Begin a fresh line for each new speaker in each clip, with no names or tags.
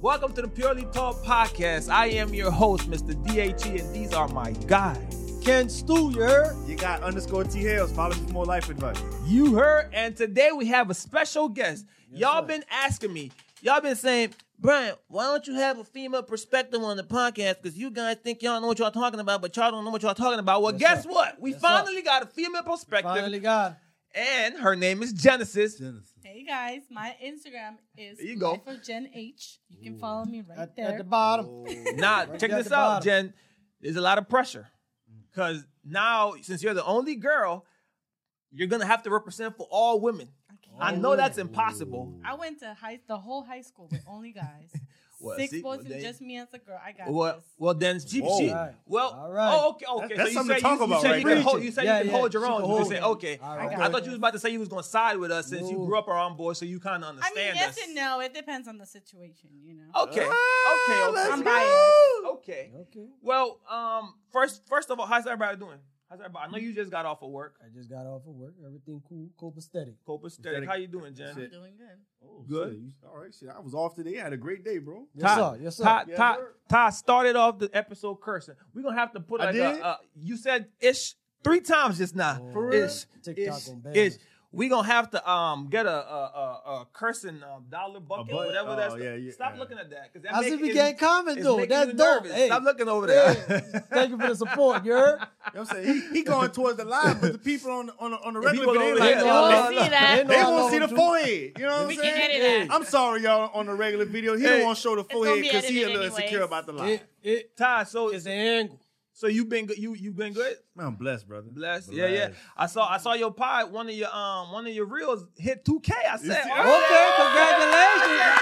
Welcome to the Purely Talk Podcast. I am your host, Mr. DHE, E, and these are my guys.
Ken Stu, you heard?
You got underscore T Hales. Follow me for more life advice.
You heard, and today we have a special guest. y'all been asking me, y'all been saying, Brian, why don't you have a female perspective on the podcast? Because you guys think y'all know what y'all talking about, but y'all don't know what y'all talking about. Well, guess what? We
Yes, sir.
finally got a female perspective,
Finally got.
and her name is Genesis.
Hey guys, my Instagram is
There you go.
Life of Gen H. You can follow me right
At,
there.
at the
Oh.
bottom.
Now,
Right
check
at
this
the
out,
bottom.
Jen. There's a lot of pressure because now, since you're the only girl, you're gonna have to represent for all women.
I, can't.
I
Oh.
know that's impossible.
I went to high, the whole high school with only guys.
Well,
Six
see,
boys
well,
and
they-
just me as a girl. I got
Well,
this.
well, then she,
Whoa.
she
Alright.
well,
Alright.
oh, okay, okay.
That's
so you
something
say
to talk
you, you
about
said
right
you can
there.
hold, you said
Yeah,
you can
yeah,
hold your
she
own.
can
You can
hold
say,
it.
okay.
Alright.
I thought you was about to say you was gonna side with us since you
No.
grew up around boys, so you kind of
I
understand
mean, yes
us.
and no. It depends on the situation, you know.
Okay,
Uh,
Oh,
okay, okay.
let's
I'm
go.
biased. Okay.
Okay.
Well, um, first, first of all, how's everybody doing? How's everybody? I know you just got off of work.
I just got off of work. Everything cool. Copacetic.
Copacetic. How you doing, Jen?
I'm doing good.
Oh,
Good.
shit. You- All right, shit. I was off today. I had a great day, bro.
Yes,
Todd,
sir. Yes, sir.
Todd,
Yeah,
Todd,
sir.
Todd started off the episode cursing. We're gonna have to put
I
like a,
did?
a- you said ish three times just now.
Oh,
For real?
Ish,
TikTok
ish,
on bad.
ish. We gonna have to um get a a, a, a cursing um, dollar bucket,
butt-
whatever
oh,
that's.
yeah, yeah,
Stop
yeah.
looking at that because that
I see
make-
we
it's-
can't comment
it's
though.
making you
That's dope.
nervous.
Hey,
Stop looking over there.
hey, thank you for the support. You heard?
You know what I'm saying? He, he going towards the line, but the people on the, on the, on the regular
people
video,
over
like,
here,
They
they
they,
know I
won't
love
see
them.
that.
They know I
won't
love
see the
them, too.
forehead. You know what
We
I'm
can
saying?
edit that.
I'm sorry, y'all, on the regular video. He
Hey.
don't want to show the
gonna
forehead
be
because he a
edited
little insecure
anyways.
about the line.
It, it
Todd, so
is the angle.
so you been good. You you been good.
Man, I'm blessed, brother.
Blessed. Yeah, yeah. I saw I saw your pod. One of your um one of your reels hit 2K. I
You
said,
see-
"Oh,
Okay, congratulations.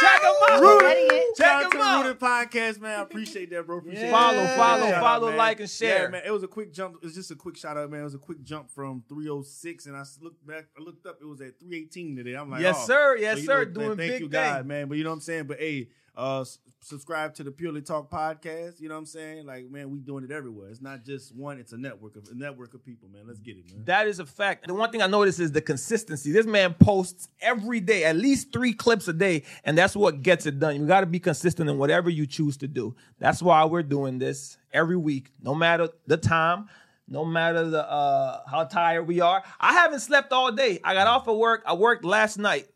check them out.
Rooted.
Check
Shout out to
them
the
out.
Rooted Podcast, man. I appreciate that, bro. Appreciate
Yeah.
Follow,
that.
follow,
Shout out,
follow,
man.
like, and share.
Yeah, man. It was a quick jump. It was just a quick shout out, man. It was a quick jump from 306, and I s- looked back. I looked up. It was at 318 today. I'm like,
yes,
oh.
sir.
So,
Yes,
you
sir.
know,
Doing
thank
big
you,
things.
God, man. But you know what I'm saying. But hey, uh, s- subscribe to the Purely Talk podcast. You know what I'm saying. Like, man, we doing it everywhere. It's not just one. It's a network of a network of people, man. Let's get it, man.
That is a fact. The one thing I noticed is the consistency. This man posts every day, at least three clips a day, and that's what gets it done. You got to be consistent in whatever you choose to do. That's why we're doing this every week, no matter the time, no matter the uh, how tired we are. I haven't slept all day. I got off of work. I worked last night,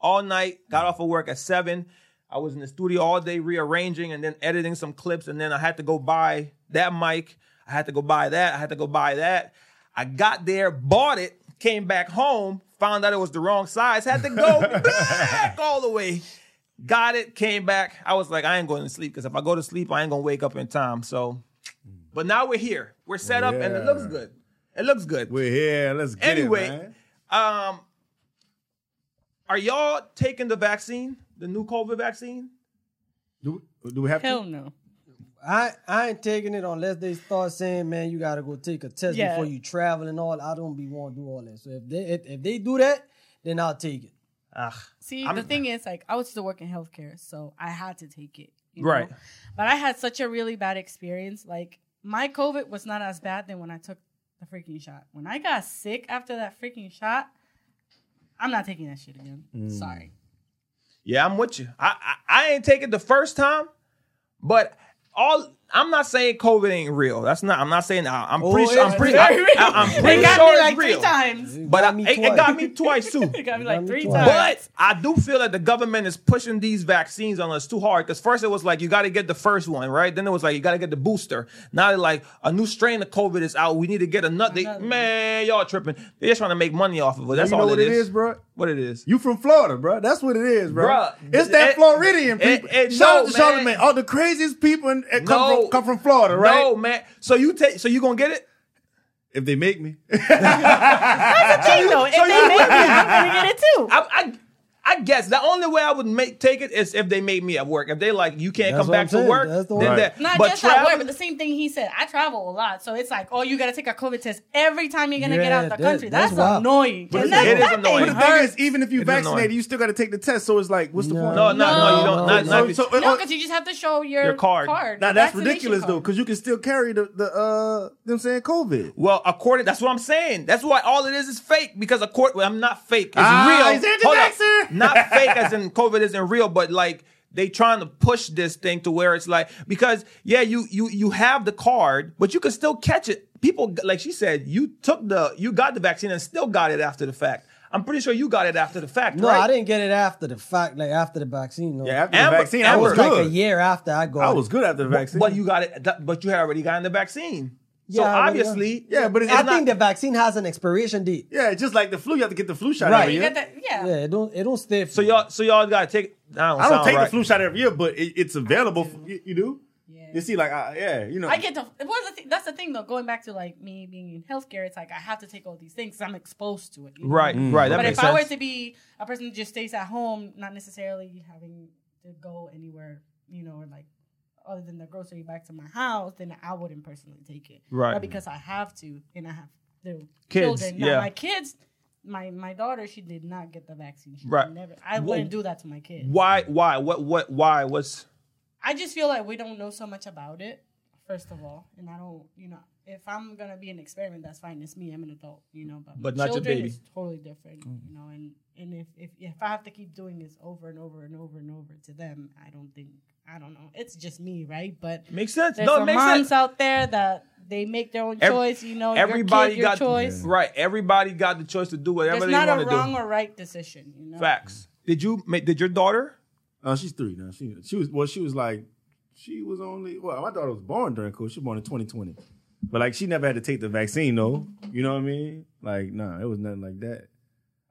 all night. Got off of work at seven. I was in the studio all day rearranging and then editing some clips, and then I had to go buy that mic. I had to go buy that. I had to go buy that. I got there, bought it, came back home, found out it was the wrong size, had to go back all the way. Got it, came back. I was like, I ain't going to sleep because if I go to sleep, I ain't gonna wake up in time. So, but now we're here. We're set up, and it looks
Yeah.
good. It looks good.
We're here. Let's get
Anyway,
it, man.
Um, are y'all taking the vaccine, the new COVID vaccine?
Do we, do we have
Hell
to?
no.
I, I ain't taking it unless they start saying, man, you gotta go take a test
Yeah.
before you travel and all. I don't be want to do all that. So if they if, if they do that, then I'll take it.
Ah,
See,
I'm-
the thing is, like, I used to work in healthcare, so I had to take it. you
Right.
know? But I had such a really bad experience. Like, my COVID was not as bad than when I took the freaking shot. When I got sick after that freaking shot, I'm not taking that shit again.
Mm.
Sorry.
Yeah, I'm with you. I, I I ain't take it the first time, but all I'm not saying COVID ain't real. That's not. I'm not saying. I, I'm
Oh,
pretty. sure I'm
it's
pretty.
real.
I, am pretty
it got
sure
me like
it's real.
three times.
You
But I,
me
it, it
twice.
got me twice too.
It got me
You
like
got me
three
twice.
times.
But I do feel that the government is pushing these vaccines on us too hard. Because first it was like you got to get the first one, right? Then it was like you got to get the booster. Now they're like a new strain of COVID is out. We need to get another. They,
Another.
man, y'all tripping. They're just trying to make money off of it. That's
you
all
know what
it
it is, bro.
What it is.
You from Florida, bruh. That's what it is,
Bruh,
bruh. It's that
it-
Floridian people.
it- it-
Shout
no,
out
man.
to Charlemagne. All the craziest people in, eh, come,
No.
from, come from Florida, right?
No, man. So you take. So you gonna get it?
If they make me.
Hey, no, if
so
they
you-
make me, I'm gonna get it too.
I, I, I guess the only way I would make take it is if they made me at work. If they like you can't
That's
come
what
back
I'm
to
saying.
work,
That's the
then
one.
that.
Not
but
just
travel,
at work, but the same thing he said. I travel a lot, so it's like, oh, you gotta take a COVID test every time you're gonna get
Yeah,
out of the
that-
country.
that's
That's,
wild.
annoying.
But
And
it
that-
is
that
annoying.
But
thing
the
hurts.
thing is, even if you
It's
vaccinated,
annoying.
you still got to take the test. So it's like, what's the point?
Oh, no, no, no, you
No.
don't. Not,
No.
not,
So- so-
No,
uh,
because you just have to show your,
Your card.
card.
Now that's
vaccination
ridiculous though,
card.
because you can still carry the the uh them saying COVID.
well, according that's what I'm saying. That's why all it is is fake because according well, I'm not fake. It's
Ah,
real.
he's
Hold up.
anti-vaxxer.
Not fake as in COVID isn't real, but like They trying to push this thing to where it's like because yeah, you you you have the card, but you can still catch it. People like she said, you took the you got the vaccine and still got it after the fact. I'm pretty sure you got it after the fact,
No,
right?
I didn't get it after the fact, like after the vaccine. No.
Yeah, after
Amber-
the vaccine, I
Amber-
was
it was like a
good.
year after I got
I
it.
was good after the vaccine.
But you got it, that- but you had already gotten the vaccine. so
Yeah, I already-
obviously,
yeah, but it's,
I
not,
think the vaccine has an expiration date.
yeah, just like the flu, you have to get the flu shot
Right.
every
You
year.
got that? Yeah.
Yeah, it don't it don't stay.
so y'all, uh, so y'all gotta take. I don't,
I don't
sound
take
right.
the flu shot every year, but it, it's available. For, you, you do. You see, like I, yeah, you know,
I get to. It was the thing, that's the thing though. Going back to like me being in healthcare, it's like I have to take all these things. 'cause I'm exposed to it. you know?
Right, right. That
But if
makes
I were
sense.
to be a person who just stays at home, not necessarily having to go anywhere, you know, or like other than the grocery back to my house, then I wouldn't personally take it.
Right.
But because I have to, and I have the
Kids,
Children. Now,
yeah.
My kids. My my daughter, she did not get the vaccine. She
Right.
Never. I
Wha-
wouldn't do that to my kids.
why, why, what, what, why? What's
I just feel like we don't know so much about it, first of all. And I don't, you know, if I'm gonna be an experiment, that's fine. It's me. I'm an adult, you know. But,
But not your
children
baby. Mm.
is totally different, you know. And and if, if if I have to keep doing this over and over and over and over to them, I don't think I don't know. It's just me, right? But
makes sense?
there's
No, it
some
makes
moms
sense.
out there that they make their own
Ev-
choice. You know,
Everybody
your kid,
got
your choice.
right. Everybody got the choice to do whatever
There's
they
not
want
a
to
wrong
do.
or right decision, you know.
Facts. Did you make? Did your daughter?
Uh, she's three now. She she was well. She was like she was only well. My daughter was born during COVID. She was born in 2020, but like she never had to take the vaccine though. You know what I mean? Like nah, it was nothing like that.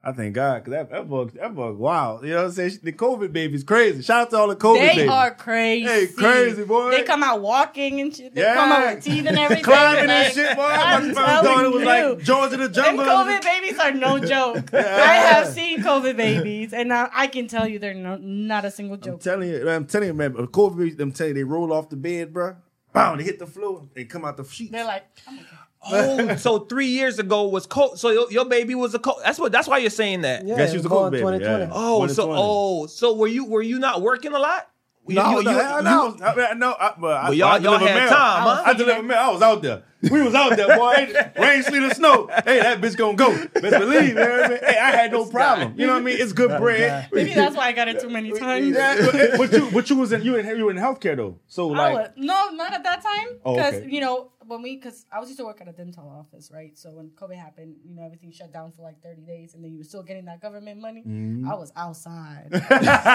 I thank God because that, that bug that bug wild. You know what I'm saying? The COVID babies crazy. Shout out to all the COVID
They
babies.
are crazy.
Hey, crazy, boy.
They come out walking and shit. They
Yeah.
come out with teeth and everything.
climbing
Like,
and shit. Boy,
I'm
my first daughter
telling
was
you.
like Georgia the
Them
Jungle.
COVID babies are no joke. I have seen COVID babies, and I, I can tell you they're no, not a single
I'm
joke.
telling you, I'm telling you, man. but COVID babies, I'm telling you, they roll off the bed, bro. Boom, they hit the floor. They come out the sheets.
They're like, I'm okay.
Oh, so three years ago was cold. So your, your baby was a cold. That's what. That's why you're saying that.
Yeah,
Yeah, she
it
was a
born
COVID baby.
2020.
Yeah.
Oh,
One to
so
20.
oh, so were you were you not working a lot? You-
No,
you-
no,
you-
hell no, I, mean, I know, I, but I,
Well, y'all-
I
y'all
deliver
had
mail.
time, huh?
I delivered mail. I was out there. We was out there, boy. Ain't- Rain, sleet, or snow. Hey, that bitch gonna go. Best believe, man. Hey, I had no problem. You know what I mean? It's good bread.
Maybe that's why I got it too many times.
Yeah, but, but you, but you was in, you in, you in healthcare though. So
I
like,
was, no, not at that time.
Oh,
Because,
okay.
you know, when we, because I was used to work at a dental office, right? So when COVID happened, you know, everything shut down for like 30 days, and then you were still getting that government money.
Mm-hmm.
I was outside.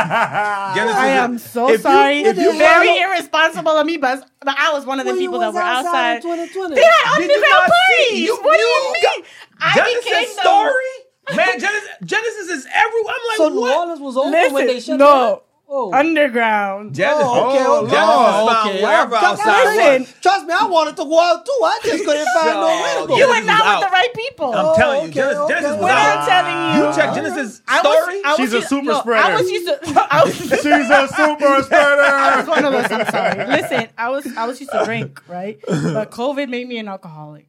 Genesis
I
is-
am so
If you-
sorry.
if you
Very
follow-
irresponsible of me, but, but I was one of the
Well, you
people that
was
were
outside
outside.
in 2020.
They had
Did you
underground
not see?
parties.
You-
what
you
do you mean? I became
Genesis
the
story. Man, Genesis, Genesis is every. I'm like,
So New
what?
Orleans was open when they
Listen,
shut
no,
Oh.
underground.
Genesis,
Oh, okay,
Oh,
Lord.
okay. okay.
Found wherever
I-
outside
listen,
was.
Trust me, I wanted to go out too. I just couldn't find no way to go.
you
Genesis
were
was
not with
out.
the right people.
I'm
Oh,
telling you,
okay,
Genesis,
okay.
Genesis was
what
out.
I'm telling you.
You check Genesis' story.
I was, I was
She's a
used-
super
no,
spreader.
I was used to. I was,
she's a super
I was
spreader.
one of those. I'm sorry. Listen, I was I was used to drink, right? But COVID made me an alcoholic.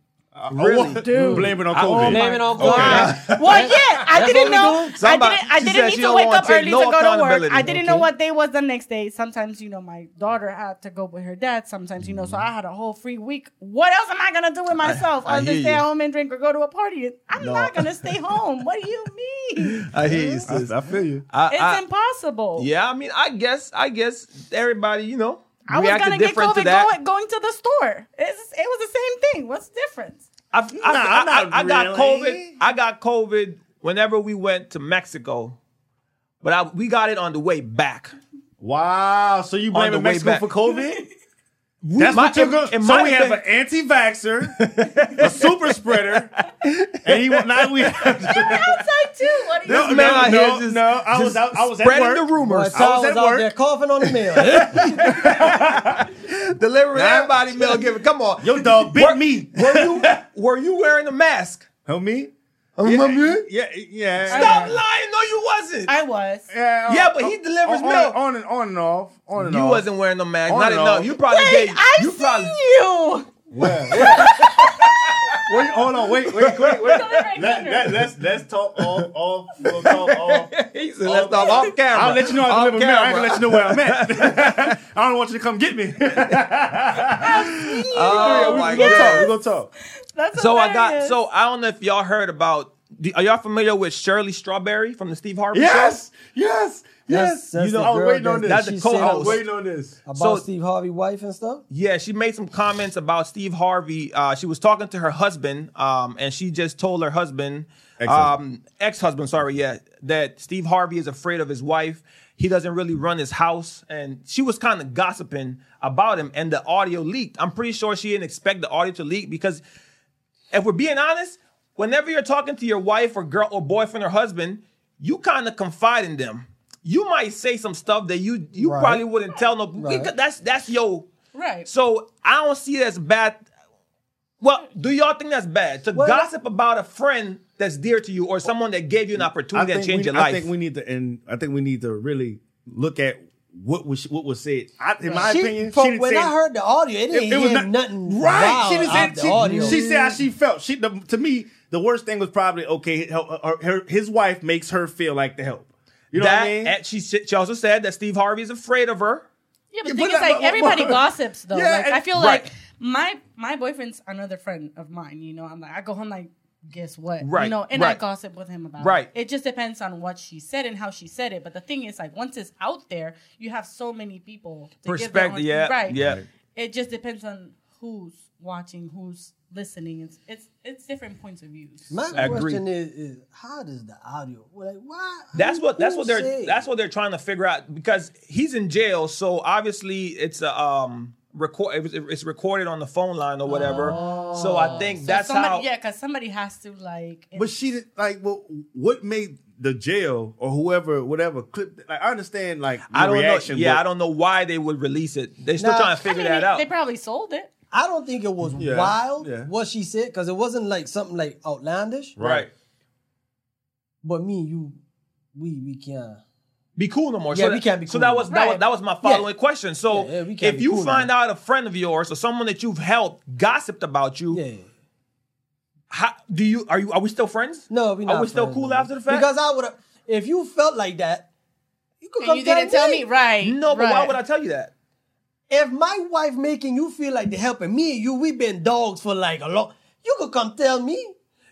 Really, dude? Blaming on
Oh,
COVID.
my-
Blaming on
Okay.
God.
Well, yeah, I
That's what we
didn't know.
doing?
Somebody-
I didn't. I
she
didn't
said
need
she
to
don't
wake
wanna
up
take
early
no
to go to work.
accountability.
I didn't know
Okay.
what day was the next day. Sometimes, you know, my daughter had to go with her dad. Sometimes, you know, so I had a whole free week. What else am I gonna do with myself?
I
Other than
hear
stay
you.
at home and drink or go to a party? I'm
No.
not gonna stay home. What do you mean?
I hear you, sis.
I, I feel you.
I-
It's
I-
impossible.
yeah, I mean, I guess, I guess everybody, you know,
I was
reacted
gonna get
different
COVID
to that.
going, going to the store. It's, it was the same thing. What's the difference?
I, I, I,
not
I, I got
really.
COVID. I got COVID whenever we went to Mexico, but I, we got it on the way back.
Wow. So you
the
blaming
way
Mexico
back.
for COVID?
We-
That's what you're
in-
going.
in
So
my
we have
thing-
an anti-vaxer, a super spreader, and he now we have.
Outside too. What do you?
This
No,
man
no,
out
no,
here just,
no, I was
just
out- I was at
spreading
work.
the rumors,
So I
was
was
at
out
work.
there coughing on the mail.
delivering
Nah.
everybody mail. Giving, come on,
Your dog bit
Were-
me.
Were you were you wearing a mask?
Help me.
Remember
yeah,
you?
yeah, yeah.
Stop lying! No, you wasn't.
I was.
Yeah, uh,
Yeah, but he delivers
on,
milk.
on, and on and off. On and
you
off.
wasn't wearing no mask.
On
Not
and
enough.
off.
You probably
Wait,
gave.
I've
you
seen
probably Oh,
you.
Wait, hold on. Wait, wait, wait, wait.
right
Let,
here.
let, let's let's talk off, off, we'll talk off.
he said, "Let's talk off camera."
Oh. I'll let you know I
Off
deliver mail. I
camera.
ain't gonna let you know where I'm at. I don't want you to come get me.
Oh
we,
my
we gonna talk. We
god!
gonna talk.
That's
So I got.
hilarious.
So I don't know if y'all heard about. do- Are y'all familiar with Shirley Strawberry from the Steve Harvey show?
Yes, yes.
That's- that's
you know,
the
I was
girl
waiting on
that-
this.
that's the
she
co-host.
said
I
co-host.
was waiting on this.
About
So-
Steve Harvey wife and stuff.
Yeah, she made some comments about Steve Harvey. Uh, she was talking to her husband, um, and she just told her husband,
Ex-husband.
um, ex-husband, sorry, yeah, that Steve Harvey is afraid of his wife. He doesn't really run his house, and she was kind of gossiping about him, and the audio leaked. I'm pretty sure she didn't expect the audio to leak because, if we're being honest, whenever you're talking to your wife or girl or boyfriend or husband, you kind of confide in them. You might say some stuff that you you
Right.
probably wouldn't tell no.
Right.
because That's that's your
Right.
so I don't see that's bad. Well, do y'all think that's bad to
Well,
gossip about a friend that's dear to you or someone that gave you an opportunity that changed
we,
your life?
I think we need to, and I think we need to really look at what was what was said. I, in my
She-
opinion,
from
she didn't
when
say
I heard the audio, it didn't
it, it was
hear
not,
nothing
right.
wild
she didn't
out the
say, she,
audio.
she said how she felt. She the, to me, the worst thing was probably okay. Her, her- her- his wife makes her feel like the help. You know
that
what I mean?
and she, she also said that Steve Harvey is afraid of her.
Yeah, but the
Yeah,
thing
but
is,
that-
like,
but-
everybody
but-
gossips though.
Yeah,
like, I
and-
feel
Right.
like my my boyfriend's another friend of mine. You know, I'm like, I go home like, guess what?
Right,
You know, and
right.
I gossip with him about.
Right.
It. it just depends on what she said and how she said it. But the thing is, like, once it's out there, you have so many people to give their
Perspective,
own-
yeah,
right,
yeah.
It just depends on who's watching, who's listening. It's it's it's different points of views.
My
I agree.
question is, is, how does the audio? Like, why?
That's
who-
what that's
who
what they're
said?
that's what they're trying to figure out because he's in jail. So obviously it's a um record it was- it's recorded on the phone line or whatever. so
Oh.
I think
So
that's
somebody,
how
Yeah, because somebody has to like.
But she did like well, what made the jail or whoever, whatever clip. Like I understand, like your
I don't
reaction,
know. Yeah,
but
I don't know why they would release it. They're still
Nah,
trying to
I
figure
mean,
that out.
They probably sold it.
I don't think it was
Yeah,
wild
yeah.
what she said because it wasn't like something like outlandish.
right.
But me, and you, we, we can.
be cool no more.
Yeah,
so
we
that,
can't be
So
cool
that
no
was that,
more.
was that was my following question. So
Yeah, yeah, we can't
if
be
you
cool no
find
more.
out a friend of yours or someone that you've helped gossiped about you,
Yeah.
how, do you are you are we still friends?
No, we not.
Are we still
friends,
cool
man.
after the fact?
Because I would have. If you felt like that, you could come
And you didn't tell me, right?
no, but why
right.
would I tell you that?
If my wife making you feel like they're helping me and you, we've been dogs for like a long. You could come tell me.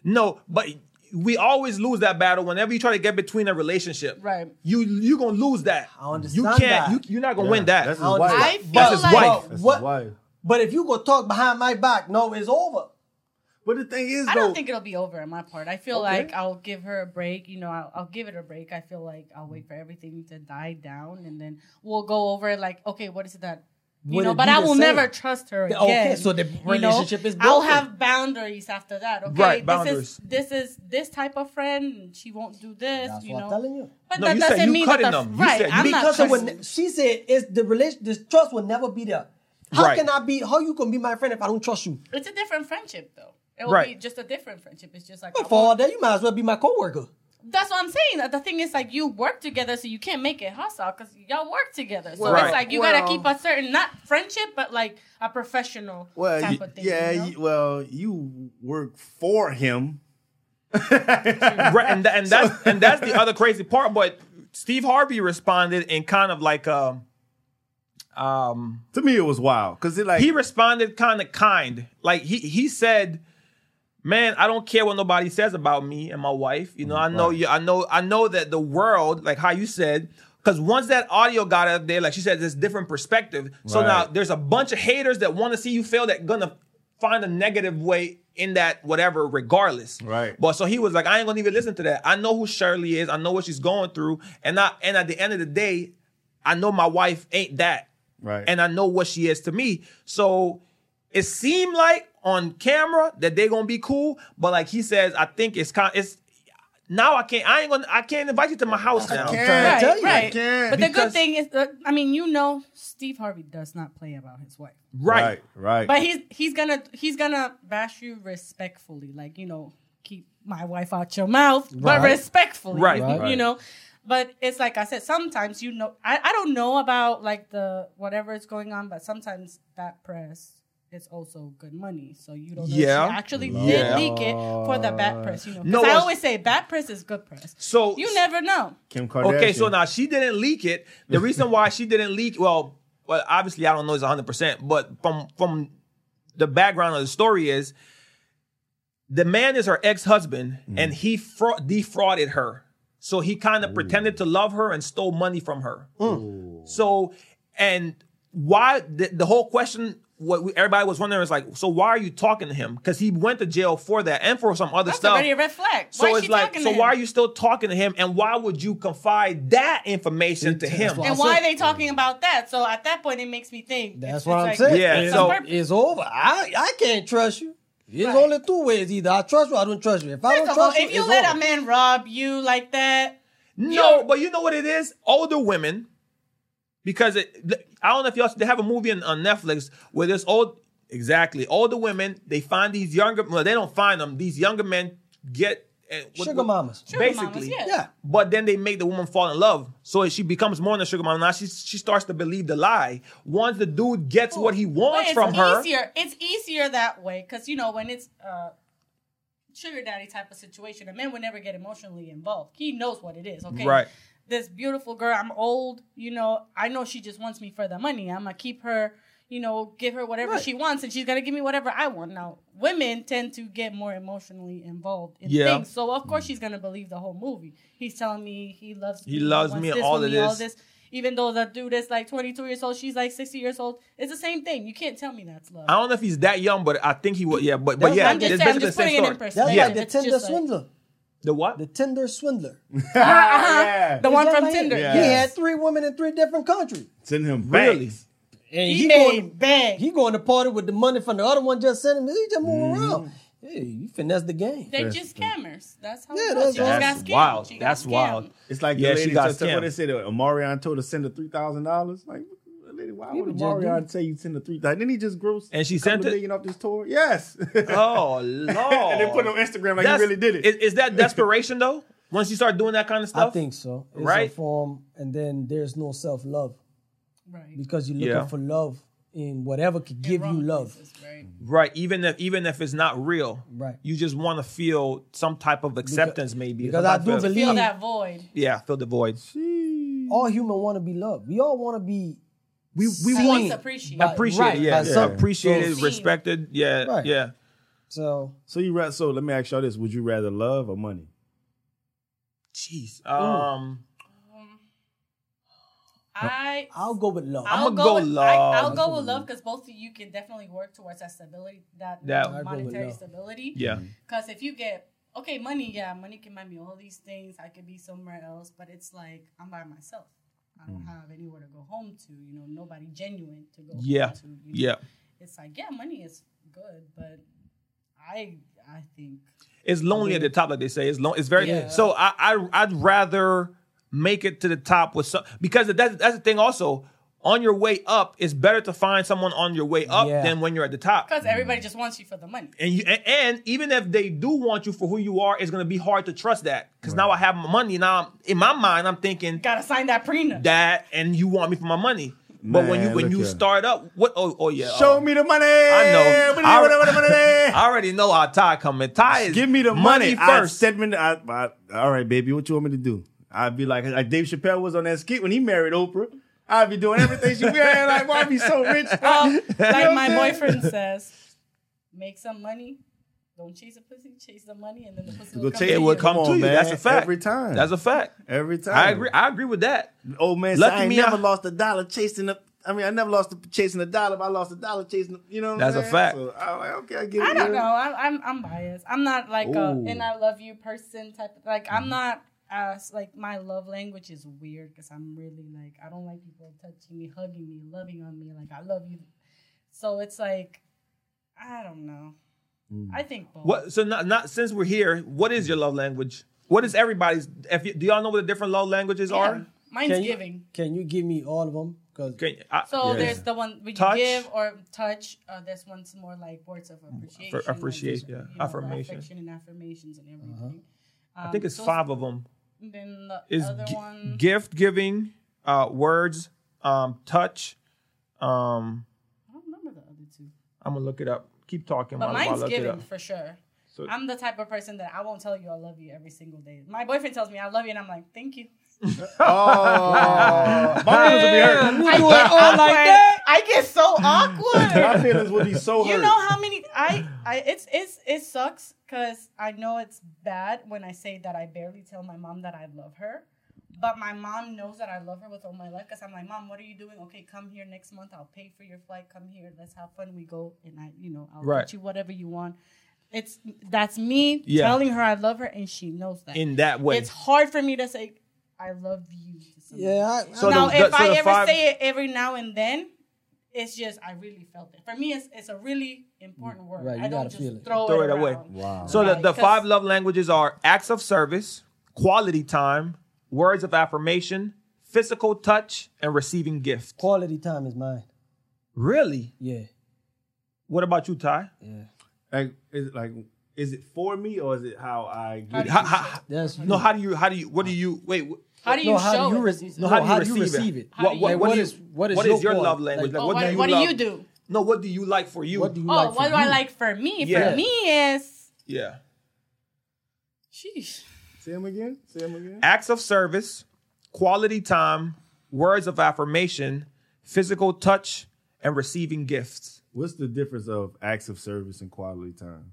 No, but we always lose that battle whenever you try to get between a relationship.
Right.
You you gonna lose that.
I understand
You can't.
that.
You, you're not gonna
Yeah,
win that.
that's his
I
wife.
I
understand.
feel
That's his
like,
wife.
That's his
What?
wife.
But if you go talk behind my back, no, it's over.
But the thing is,
I
though,
don't think it'll be over on my part. I feel like I'll give her a break. You know, I'll, I'll give it a break. I feel like I'll wait for everything to die down, and then we'll go over it. Like, okay, what is it that you
Would
know?
it
But
be
I
the
will
same?
never trust her
The-
again.
okay, so the
you know?
relationship is
I'll
broken.
have boundaries after that. Okay,
Right, boundaries.
This is this is this type of friend. and She won't do this.
That's
you
what
know,
I'm telling you.
but
No,
that
you said
doesn't
you
mean
cutting
that the,
them. You
right.
said-
I'm
because
not
it would, ne- she said it's the relation this trust will never be there. How
Right.
can I be how you can be my friend if I don't trust you?
It's a different friendship, though. It will be
Right.
just a different friendship. It's just like I
But for
won't-
all that, you might as well be my coworker.
That's what I'm saying. That The thing is, like, you work together, so you can't make it hostile because y'all work together. So
Right.
it's like you gotta keep a certain not friendship, but like a professional
well,
type
y-
of thing.
yeah,
you know?
y- well, you work for him.
right, and, tha- and that's and that's the other crazy part. But Steve Harvey responded in kind of like a, um
To me, it was wild because it like
he responded kind of kind. Like he he said, "Man, I don't care what nobody says about me and my wife. You know, I know you. I know I know that the world, like how you said." Because once that audio got out there, like she said, there's different perspective. So
Right.
now there's a bunch of haters that want to see you fail that gonna find a negative way in that whatever, regardless.
Right.
But so he was like, I ain't gonna even listen to that. I know who Shirley is. I know what she's going through. And I and at the end of the day, I know my wife ain't that
right
and uh, I know what she is to me. So it seemed like on camera that they're gonna be cool, but like he says, I think it's kind. It's now I can't. I ain't gonna. I can't invite you to my house now.
trying
can't.
to
Right,
tell you,
right.
can't.
But the
Because-
good thing is, that, I mean, you know, Steve Harvey does not play about his wife,
Right.
right.
but he's he's gonna he's gonna bash you respectfully, like you know, keep my wife out your mouth, but
Right.
respectfully,
Right.
you,
Right.
you know. But it's like I said, sometimes you know, I, I don't know about like the whatever is going on, but sometimes that press is also good money. So you don't know if
Yeah.
she actually
Yeah.
did leak it for the bad press, you know. 'Cause
No,
I
well-
always say bad press is good press.
So
You never know.
Kim Kardashian.
Okay, so now she didn't leak it. The reason why she didn't leak, well, well, obviously I don't know it's 100, percent but from from the background of the story is the man is her ex husband and he fra- defrauded her. So he kind of pretended to love her and stole money from her. So, and why the, the whole question, what we, everybody was wondering is like, so why are you talking to him? Because he went to jail for that and for some other
That's
stuff.
already a red flag.
so
why is
it's
she
like,
talking
so
to him?
why are you still talking to him? And why would you confide that information to
That's
him?
why-
And why are they talking about that? So at that point, it makes me think.
That's
it's-
what I'm
it's like,
saying.
Yeah,
it's
so-
on purpose.
It's over. I, I can't trust you. There's
Right.
only two ways: either I trust you, or I don't trust you. If I
First
don't
of all,
trust you,
if you
it's
let
over.
a man rob you like that,
No,
You're-
but you know what it is? Older women, because it, I don't know if y'all they have a movie on, on Netflix where this old exactly older women they find these younger well they don't find them these younger men get eh, what-
sugar
what-
mamas.
sugar
basically
mamas, yeah.
Yeah,
But then they make the woman fall in love, so she becomes more than sugar mama. Now she she starts to believe the lie. Once the dude gets what he
But
wants
it's
from her,
easier. It's easier that way because you know when it's uh, sugar daddy type of situation, a man would never get emotionally involved. He knows what it is. Okay,
Right.
This beautiful girl, I'm old. You know, I know she just wants me for the money. I'm gonna keep her. You know, give her whatever
Right.
she wants, and she's gonna give me whatever I want. Now, women tend to get more emotionally involved in
Yeah.
things, so of course she's gonna believe the whole movie. He's telling me he loves
He loves
wants
me,
this
all
from
of
me, all
this.
this. Even though the dude is like 22 years old, she's like 60 years old. It's the same thing. You can't tell me that's love.
I don't know if he's that young, but I think he would. Yeah, but but
That's-
yeah,
I'm just,
it's
saying, I'm
basically
just
the same
putting it in
story.
perspective.
that's
Yeah.
like the
It's just
Tinder
like-
swindler,
The what?
the Tinder swindler.
yeah.
the one
Is that
from
like it?
Tinder.
Yeah.
He
Yes.
had three women in three different countries,
Send him
Really?
banks.
and
He,
going-
made bang.
He going to party with the money from the other one just sent him. He just move
Mm-hmm.
around. Hey, you finesse the game.
They're just scammers. That's how.
Yeah,
it
that's
goes. She
wild.
just got
That's
scammed.
wild.
She got
That's
scammed.
wild.
It's like
Yeah,
the
she
lady
got
just said,
scammed.
what they said, uh, Omarion told her send her three thousand dollars. Like, lady, why would
People just do
Omarion say you send her three thousand? Didn't he just gross
And she
a couple
sent it?
million off this tour? Yes.
Oh lord!
and they put it on Instagram like
That's-
he really did it.
Is, is that desperation though? Once you start doing that kind of stuff,
I think so. It's
Right?
a form, and then there's no self love
Right.
because you're looking
Yeah.
for love in whatever could give you
Wrong
love.
places, right.
right? Even if even if it's not real,
Right.
You just want to feel some type of acceptance, maybe.
because
some
I
type
do
of-
believe-
Feel that void.
yeah, fill the void.
All human want to be loved. We all want to be
We we
At
want
least appreciate.
But-
appreciated,
Right,
yeah,
by
yeah.
some-
appreciated,
so-
respected, yeah,
Right.
yeah.
so.
so you ra- so let me ask y'all this: Would you rather love or money?
Jeez, um,
I.
I'll go with love.
I'll
I'ma
go,
go
with love. I,
love.
will go with love because both of you can definitely work towards that stability, that,
That- I'll
go with
monetary
love.
stability.
yeah.
Because if you get okay, money, yeah, money can buy me all these things. I could be somewhere else, but it's like I'm by myself. I
Mm.
don't have anywhere to go home to. You know, nobody genuine to go.
Yeah.
home to, you know?
yeah.
It's like yeah, money is good, but I I think
It's lonely at the top, like they say. It's long. It's very.
Yeah.
So I, I I'd rather make it to the top with some because that's that's the thing. Also, on your way up, it's better to find someone on your way up
Yeah.
than when you're at the top.
because everybody just wants you for the money.
And you and, and even if they do want you for who you are, it's gonna be hard to trust that because now I have my money. Now I'm, in my mind, I'm thinking
Gotta sign that prenup.
that, and you want me for my money. But when you
Man,
when
look
you
here.
start up, what? Oh, oh yeah.
Show
oh.
me the money.
I know.
Money,
I-
money, money, money.
I already know how Ty coming. Ty is
Give me the money,
first.
first. I said, "Man, I, I, all right, baby, what you want me to do? I'd be like, like Dave Chappelle was on that skit when he married Oprah. I'd be doing everything she had. Like, why I be so rich?
Well, Oh, like my boyfriend says, make some money. Don't chase the pussy, chase the money, and then the pussy will
Go
come.
take
to
it
you.
would come
Come
to
on,
you.
man.
That's a fact.
Every time.
That's a fact.
Every time.
I agree. I agree with that.
Old man,
Lucky
said, I ain't
me,
never
I-
lost a dollar chasing a. I mean, I never lost a, chasing a dollar. But I lost a dollar chasing. A, you know, what I'm
That's a
saying?
fact.
So I like, okay, I get it.
I don't
yeah.
know. I'm I'm, I'm biased. I'm not like a
Ooh.
and I love you person type. Of, like
Mm-hmm.
I'm not as like my love language is weird because I'm really like I don't like people touching me, hugging me, loving on me. Like I love you. So it's like I don't know. I think both.
Mm. What? So not not since we're here. What is your love language? What is everybody's? If you, do y'all know what the different love languages
Yeah.
are?
Mine's
Can you,
giving.
can you give me all of them? Because
Can, I,
So
Yeah.
there's the one we
Touch. Mm,
give or touch. Uh, this one's more like words of appreciation, like,
appreciate, yeah.
you know,
Affirmation. Uh-huh.
affection and affirmations, and everything.
I think it's
those-
five of them.
Then the
Is
other one.
gift giving, uh, words, um, touch. Um,
I don't remember the other two.
I'm gonna look it up. Keep talking.
But
while- while I
mine's
look it
giving
up.
for sure.
So-
I'm the type of person that I won't tell you I love you every single day. My boyfriend tells me I love you, and I'm like, thank you.
Oh, my feelings will be hurt.
you do it all like
Awkward.
that.
I get so awkward.
My feelings will be so hurt.
you know how many I, I, it's, it's, it sucks because I know it's bad when I say that I barely tell my mom that I love her, but my mom knows that I love her with all my life because I'm like, mom, what are you doing? Okay, come here next month. I'll pay for your flight. Come here. Let's have fun. We go and I, you know, I'll
Right.
get you whatever you want. It's that's me
Yeah.
telling her I love her, and she knows that.
in that way.
It's hard for me to say I love you. To somebody.
Yeah. I,
So
I-
now,
the-
if
so
I
the
ever
five-
say it every now and then, it's just I really felt it. For me, it's, it's a really important word.
Right, you
I don't
gotta
just
feel it.
throw,
Throw
it,
it away.
around.
Wow.
So the,
Right,
the
'cause-
five love languages are acts of service, quality time, words of affirmation, physical touch, and receiving gifts.
quality time is mine.
Really?
Yeah.
What about you, Ty?
Yeah.
Like is it like is it for me or is it how I
How
get
do
it?
you
How,
show
how,
That's
no, how do you? How do you? What do you? Wait. wh-
How do you
no,
show
how do you,
it?
re- no,
how do you
you
receive it?
receive it?
What-
do
what-
you-
what
what
do
is what is
what is your
quality?
love language? Like,
Like,
Oh,
what,
what,
do you
what do
love?
you do?
No, what do you like for you?
What do you
Oh,
like?
what
for
do I
you?
like for me?
Yeah.
For me is
Yeah.
sheesh.
Say him again? Say him again?
Acts of service, quality time, words of affirmation, physical touch, and receiving gifts.
What's the difference of acts of service and quality time?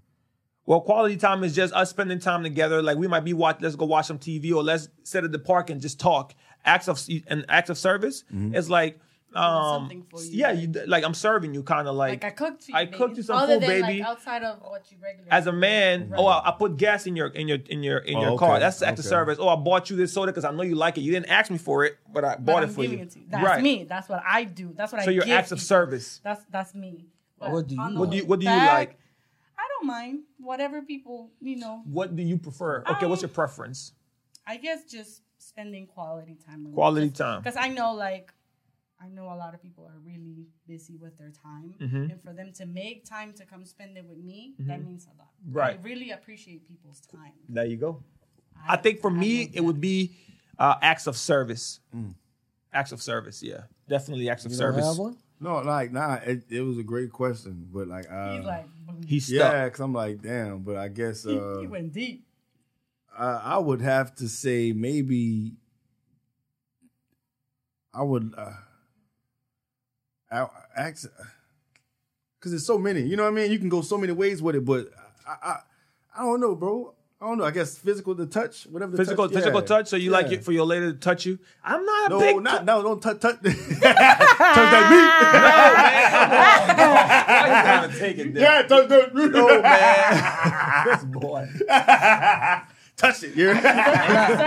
Well, quality time is just us spending time together. Like we might be watch, let's go watch some TV or let's sit at the park and just talk. Acts of and acts of service is like, um,
something for you,
yeah,
like-
you, like I'm serving you, kind of like,
Like I cooked you.
I
baby.
cooked you some
Other
food,
than,
baby.
Like, outside of what you regularly.
as a man, oh, I, I put gas in your in your in your in
Oh,
your car.
okay,
That's the act of
okay.
service. Oh, I bought you this soda because I know you like it. You didn't ask me for it, but I
but
bought
I'm
it for
giving
you.
it to you. That's
right.
me. That's what I do. That's what
So
I.
your
give
acts of
people.
service.
That's that's me. But
What do you
on
like?
the
What
do you- what do you
back,
like?
I don't mind whatever people you know.
What do you prefer? Okay, what's your
Um,
preference?
I guess just spending quality time. With
Quality time.
Because I know, like, I know a lot of people are really busy with their time,
Mm-hmm.
and for them to make time to come spend it with me, that means a lot.
Right.
I really appreciate people's time.
There you go. I think for me,
love
it would be uh, acts of service. Acts of service, yeah, definitely acts of
Mm. You don't
service.
have one?
No, like nah, it, it was a great question, but like I
He's like, boom.
He's stuck.
yeah, because I'm like, damn, but I guess
He-
uh,
he went deep.
I, I would have to say maybe I would uh, I, ask because there's so many. You know what I mean? You can go so many ways with it, but I I, I don't know, bro. I don't know. I guess physical, the touch, whatever. The
Physical,
touch, yeah.
physical touch. So you like
Yeah.
it for your lady to touch you? I'm not a
No,
big.
not no, don't touch touch touch that
I gotta take it
meat.
there.
Yeah, touch that meat.
No, man. this boy.
touch it. Yeah.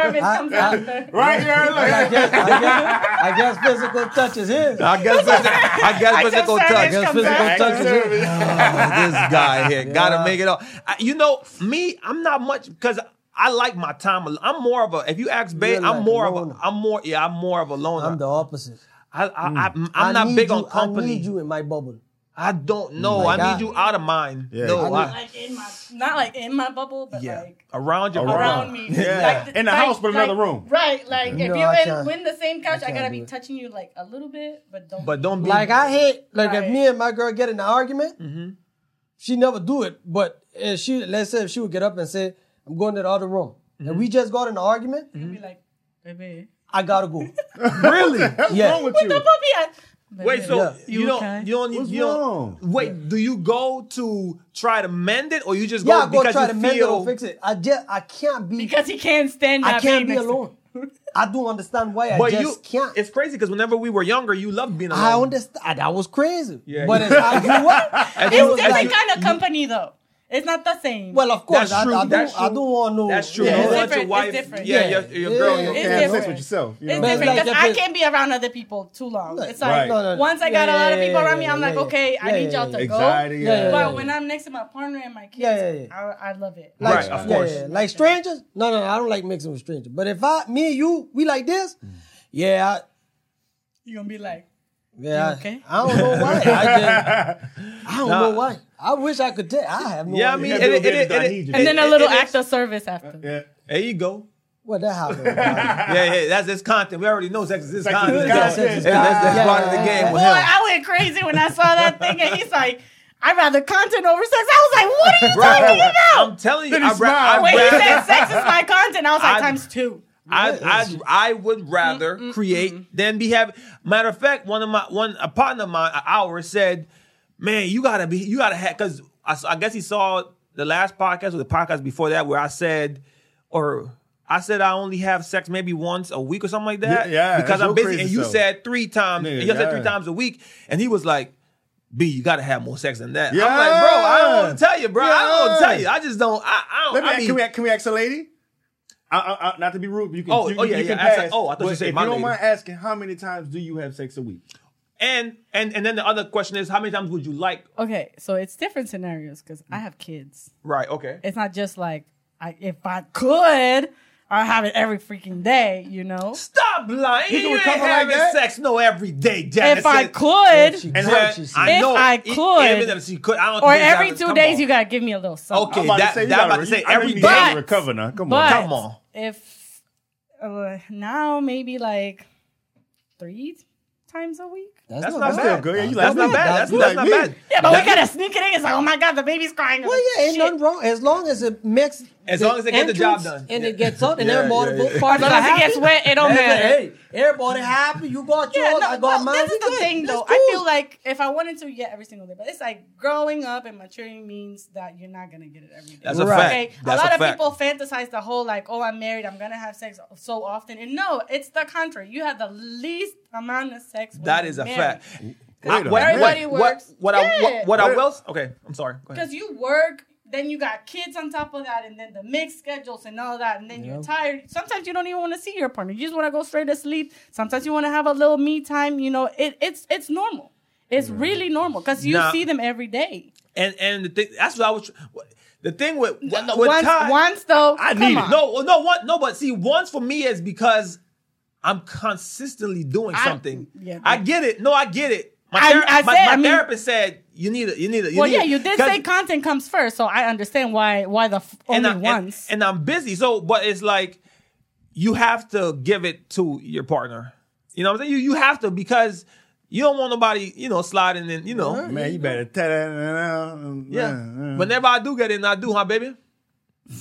Service comes out there.
right here.
I
Like,
guess, I, guess, I guess physical touch is his.
I guess physical, I guess physical
service
I
touch.
guess
comes
physical
out.
touch is his.
Oh, this guy here gotta
Yeah.
make it up. I, you know, me, I'm not much because I like my time. al- I'm more of a. If you ask Bay,
You're
I'm
like
more
a
of
loner.
a. I'm more. Yeah, I'm more of a loner.
I'm the opposite.
I, I, I, am I'm
I
not
need
big
you,
on
I need
company.
you in my bubble.
I, don't know.
my
I
God.
need you out of mine.
Yeah,
no, I,
I
Like in my, not like in my bubble, but
yeah,
like
around your
around
Around.
me.
Yeah.
Like,
In the
like-
house, but another
like-
room.
Right. Like if
No,
you're
I
in,
can't.
when the same couch,
I
I, gotta
can't
be
do it.
touching you like a little bit, but don't.
But don't be
Like I hate, like if
Right.
me and my girl get in an argument,
Mm-hmm.
she never do it. But if she, let's say, if she would get up and say, "I'm going to the other room,"
Mm-hmm.
and we just got in an argument,
You'll be like, baby.
I gotta go.
really.
what's
Yeah.
wrong with
The
you?
puppy. I, baby.
Wait, so
Yeah.
you,
You
don't,
okay?
you don't, you
What's
don't.
wrong?
Wait, do you go to try to mend it, or you just go
yeah, I go
because
try
you
to mend it
feel
or fix it. I just, I can't be,
because he can't stand.
I
not
can't
being
be
next to-
alone. I do understand why I
But
just
you,
can't.
it's crazy because whenever we were younger, you loved being alone.
I understand. That was crazy.
Yeah.
But as I grew up,
you-
it
It's
was
as
different
like,
you-
kind of company though. It's not the same.
well, of course,
That's
I,
true,
I, do,
that's
I
true.
don't want no.
That's true.
Yeah.
You don't
It's
want your
different,
wife.
it's different.
Yeah,
Yeah.
your, your girl.
Yeah.
you
It's
Can't have sex
different.
with yourself. You know
It's
what I'm
But
different
like
because
if
I
it-
can't be around other people too long.
Look,
It's like
Right. No,
no,
once I got
yeah,
a lot of
yeah,
people
yeah,
around me,
yeah,
I'm
yeah,
like,
yeah.
okay, I
Yeah,
need
yeah,
y'all to
yeah.
go.
Anxiety, yeah,
yeah,
but
yeah.
when I'm next to my partner and my kids,
Yeah, yeah, yeah.
I, I love it.
Like,
Right, of
yeah,
course.
yeah, Like strangers? No, no, I don't like mixing with strangers. But if I, me and you, we like this,
Mm.
yeah, I,
You're gonna be like,
yeah, I-
You okay?
I don't know why. I, just, I don't know why. I wish I could tell. I have no
Yeah, I
idea.
mean,
Yeah,
it,
people
it,
get
it,
it, I
it-
need you.
it-
and then a
it-
little
it is-
act of service after.
saying? Yeah.
There you go.
What that happened?
Yeah, yeah, that's this content. We already know sex is this
Sex is
content.
this
Yeah, that's-
content.
that's
Yeah,
part of the
yeah,
game
yeah.
with
Boy,
him.
I went crazy when I saw that thing, and he's like, "I'd rather content over sex." I was like, "What are you talking about?"
I'm telling you,
Then he
I, ra- I,
smiled.
When he
ra-
said sex is my content, I was like,
I-
"Times two.
I, I, I would rather create than be having. Matter of fact, one of my one a partner of mine, ours, said, "Man, you gotta be, you gotta have." Because I, s- I guess he saw the last podcast or the podcast before that where I said, or I said I only have sex maybe once a week or something like that.
Yeah, yeah,
because
that's
I'm
your
busy.
crazy
And you
self.
said three times.
Nigga,
you said
yeah.
three times a week, and he was like. B, you gotta have more sex than that.
Yeah.
I'm like, bro, I don't want to tell you, bro. I don't want to
Yeah.
tell you. I just don't. I, I don't.
Let me
I
ask,
mean-
can, we, can we ask a lady? I, I, I, not to be rude, but you can.
Oh,
you,
oh, yeah,
you
yeah,
Can
ask-
pass,
oh, I thought you
But
said
if
my
you don't
lady.
mind asking, how many times do you have sex a week?
And and and then the other question is, how many times would you like?
Okay, so it's different scenarios because I have kids.
Right. Okay.
It's not just like I, if I could, I have it every freaking day. You know,
Stop lying.
He
You
can
ain't
recover like
having
that?
sex no every day, Janice.
if I
It-
she-
could,
And
Right,
her-
she said.
I
If
know.
I
e-
could.
even if she could, I don't
or
think that
every
would-
two
come
days,
on.
you gotta give me a little something.
Okay,
I'm about
that-
to say, you
that
gotta
about to
re-
say
I know
every
you
day.
gotta
But-
recover now. Come
But
on.
Come on.
If uh, now maybe like three times a week.
That's
That's
not
still
bad.
good. Yeah, you
That's
like
not
me.
bad. That's,
You
that's
like
not
me.
bad.
Yeah, but
That-
we gotta sneak it in. It's like, oh my god, the baby's crying. I'm
Well,
like,
yeah, ain't
shit.
nothing wrong as long as it makes
As
the
long as they get the job
entrance
done.
and
Yeah.
it gets up and
Yeah,
everybody
yeah,
both
yeah.
parties are
As long as it
happy.
gets wet, it don't
Hey,
matter.
Hey, everybody happy. You got yours.
Yeah, no,
I got
no,
mine.
this
We
is the
good.
thing, though.
That's
I
cool.
feel like if I wanted to, yeah, every single day. But it's like growing up and maturing means that you're not gonna get it every day.
That's a
Right.
fact.
Okay,
That's
a lot
a
of
fact.
people fantasize the whole like, oh, I'm married, I'm gonna have sex so often, and no, it's the contrary. You have the least amount of sex. When
That
you're
is a
married.
fact.
Wait a
I- what-
Everybody
what-
works.
What, what I what, what I
Yeah.
will. s- Okay, I'm sorry. Go ahead.
Because you work, then you got kids on top of that, and then the mixed schedules and all that, and then
Yeah.
you're tired. Sometimes you don't even want to see your partner. You just want to go straight to sleep. Sometimes you want to have a little me time. You know, it, it's it's normal. It's really normal because you
Nah.
see them every day.
And and the thing that's what I was. tr- what- The thing with with
once,
Ty-
once though,
I
come
need
on.
it. No, well, no, one, no, but see, once for me is because I'm consistently doing
I-
something.
yeah.
I get it. No, I get it. My,
I-
thera-
I
my-
said-
my
I mean-
therapist said you need it. You need it.
Well,
need
yeah,
it."
you did
'Cause-
say content comes first, so I understand why why the f- only
I-
once.
And, I'm busy. So, but it's like you have to give it to your partner. You know what I'm saying? You you have to because you don't want nobody you know sliding in. You know,
Man, you better tell that.
yeah. Whenever I do get in, I do, huh, baby?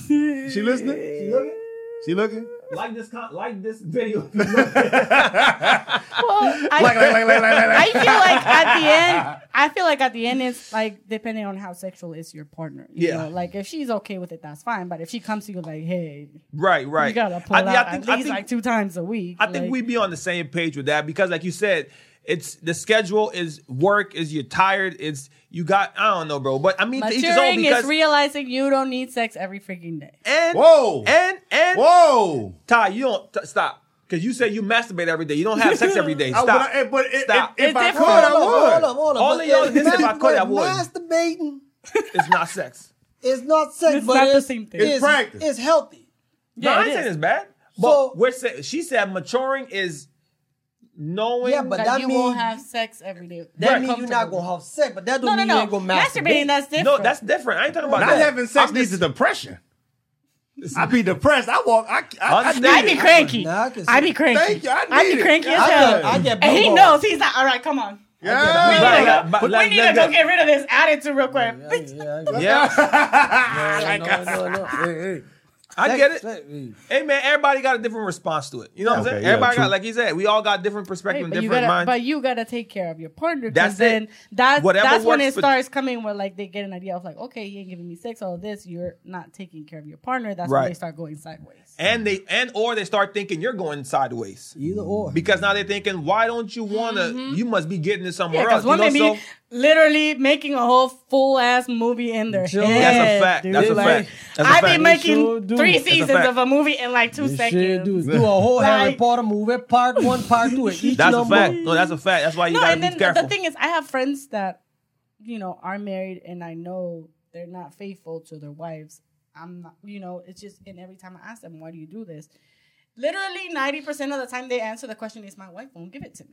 She listening? She looking? She looking?
Like this, con- like this video.
well, I,
Like, like, like, like, like,
I
like.
feel like at the end, I feel like at the end, it's like depending on how sexual is your partner. You
Yeah.
Know? Like if she's okay with it, that's fine. But if she comes to you like, hey,
right, right.
you gotta pull
I-
out
yeah, I
at
think- I
least
think-
like two times a week.
I think
like-
we'd be on the same page with that because, like you said, it's the schedule is work is you're tired. It's you got I don't know, bro. But I mean, to each his own
maturing
because
is realizing you don't need sex every freaking day.
and
Whoa.
and and
Whoa.
Ty, you don't t- stop because you say you masturbate every day. you don't have sex every day.
I-
Stop.
but I- But if- if
Stop.
if
It's
I could,
different.
Hold up,
I
hold
would.
up, hold up.
All
But
of y'all, this if I could, I
masturbating-
would.
Masturbating
it's not sex.
is not sex,
It's
but
not the
it's,
same thing.
It's
It's,
practice.
it's healthy.
No, I
it
ain't saying
is.
it's bad. But
So-
we're saying she said maturing is knowing.
Yeah, but
That,
that
you
mean-
won't have sex every day.
That
Right.
means you're not gonna have sex, but that don't
No, no,
mean you
no.
ain't gonna
Masturbating,
masturbate.
that's different.
no, that's different. I ain't talking about
Not
that.
having sex
I'm
leads to
just-
depression. I be depressed. I walk. I. I, I
Understand.
need
I be
it.
cranky.
Nah, I
I,
can see
be
it.
cranky.
Thank you. I
be
need it.
cranky as
I
hell.
get- I get
and he
blue balls.
knows. He's like, all right, come on.
Yeah.
Right,
We need to
like-
go-
but
we
like-
need
like
to go
that.
get rid of this attitude real quick.
Yeah, I get it.
Yeah,
No, no, no, no. Hey, hey.
I get it.
Sex- sex- hey.
Hey man, everybody got a different response to it. You know what I'm
Okay,
saying?
yeah,
everybody got,
true.
like he said, we all got different perspective
Right,
and
but, you
different
gotta,
minds.
but you gotta take care of your partner. 'cause
That's it.
then That,
Whatever
that's when
works
it
for-
starts coming where like they get an idea of like, okay, he ain't giving me sex, all this. You're not taking care of your partner. That's
Right.
when they start going sideways.
and they and or they start thinking you're going sideways
Either or.
because now they're thinking, why don't you wanna?
Mm-hmm.
You must be getting it somewhere
Because
else. You
one
know,
may
so
be literally making a whole full ass movie in their
Sure.
head.
that's a fact.
dude,
That's a
like-
fact. That's a
I've
fact.
been
sure
making
do.
three
That's a
seasons
fact.
of a movie in like two
They should
seconds.
do, is do a whole Harry
Like-
Potter movie, part one, part two, and each
That's a
number.
fact. No, that's a fact. That's why you
no,
gotta
and
be
then
careful.
the thing is, I have friends that, you know, are married, and I know they're not faithful to their wives. I'm not, you know, it's just, and every time I ask them, why do you do this? Literally 90% of the time they answer the question is, my wife won't give it to me.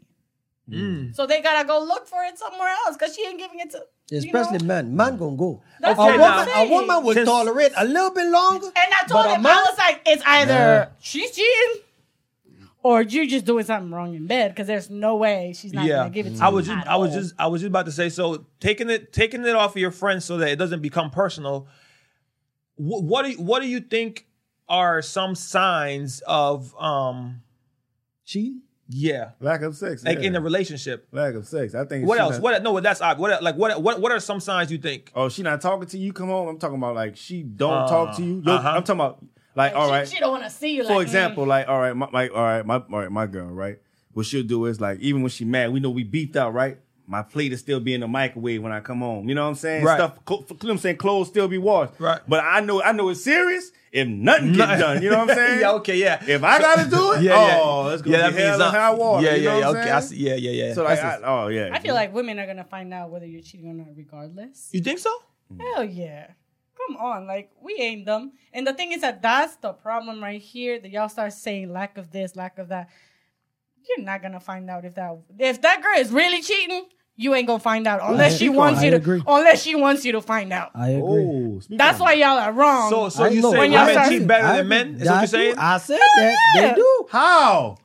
Mm.
Mm.
So they gotta go look for it somewhere else because she ain't giving it to.
Especially
You know?
man, man gonna go. a
That's
what
woman,
I'm
a
saying.
woman would
Since-
tolerate a little bit longer.
And I
but
told
a
him,
man-
I was like, it's either
Nah.
she's cheating or you just doing something wrong in bed because there's no way she's not
yeah,
gonna give it to
I
you
was just,
at
I was
all.
just, I was just about to say. So taking it, taking it off of your friends so that it doesn't become personal. Wh- what do you, what do you think are some signs of um
Cheating?
Yeah.
Lack of sex.
Like
yeah.
in a relationship.
lack of sex. I think.
What
she
else?
not-
What? No, that's odd. What? Like what? What? What are some signs you think?
Oh, she not talking to you. Come home. I'm talking about like she don't talk to you. Yo,
uh-huh.
I'm talking about like all right.
She, don't want to see you. "Mm,
For example, like all right, my, my all right, my all right, my girl, right. What she'll do is like even when she mad, we know we beefed out, right? My plate is still be in the microwave when I come home. You know what I'm saying?
Right.
Stuff, cl- you know what I'm saying clothes still be washed.
Right.
But I know, I know it's serious. If nothing
No-
get done, you know what I'm saying?
yeah. Okay. Yeah.
If I gotta do it,
yeah,
oh,
yeah.
that's gonna be hell and
something.
high water.
Yeah.
you know
yeah.
what
yeah.
I'm
Okay.
saying?
I see. Yeah. Yeah. Yeah.
So like,
That's
I, oh yeah.
I
Mm-hmm.
feel like women are gonna find out whether you're cheating or not, regardless.
it. you think so?
Mm.
Hell yeah. Come on, like we ain't them. And the thing is that that's the problem right here. That y'all start saying lack of this, lack of that. You're not gonna find out if that if that girl is really cheating. You ain't gonna find out unless she
agree.
wants
I
you to.
agree.
Unless she wants you to find out.
I agree.
Oh, speak
That's
on
why
it.
y'all are wrong.
So, so
I
you
know.
say
When y'all
women
start-
cheat better
I
than
agree.
men? Is what
I
you're
do.
saying?
I said that.
yeah.
They do.
how.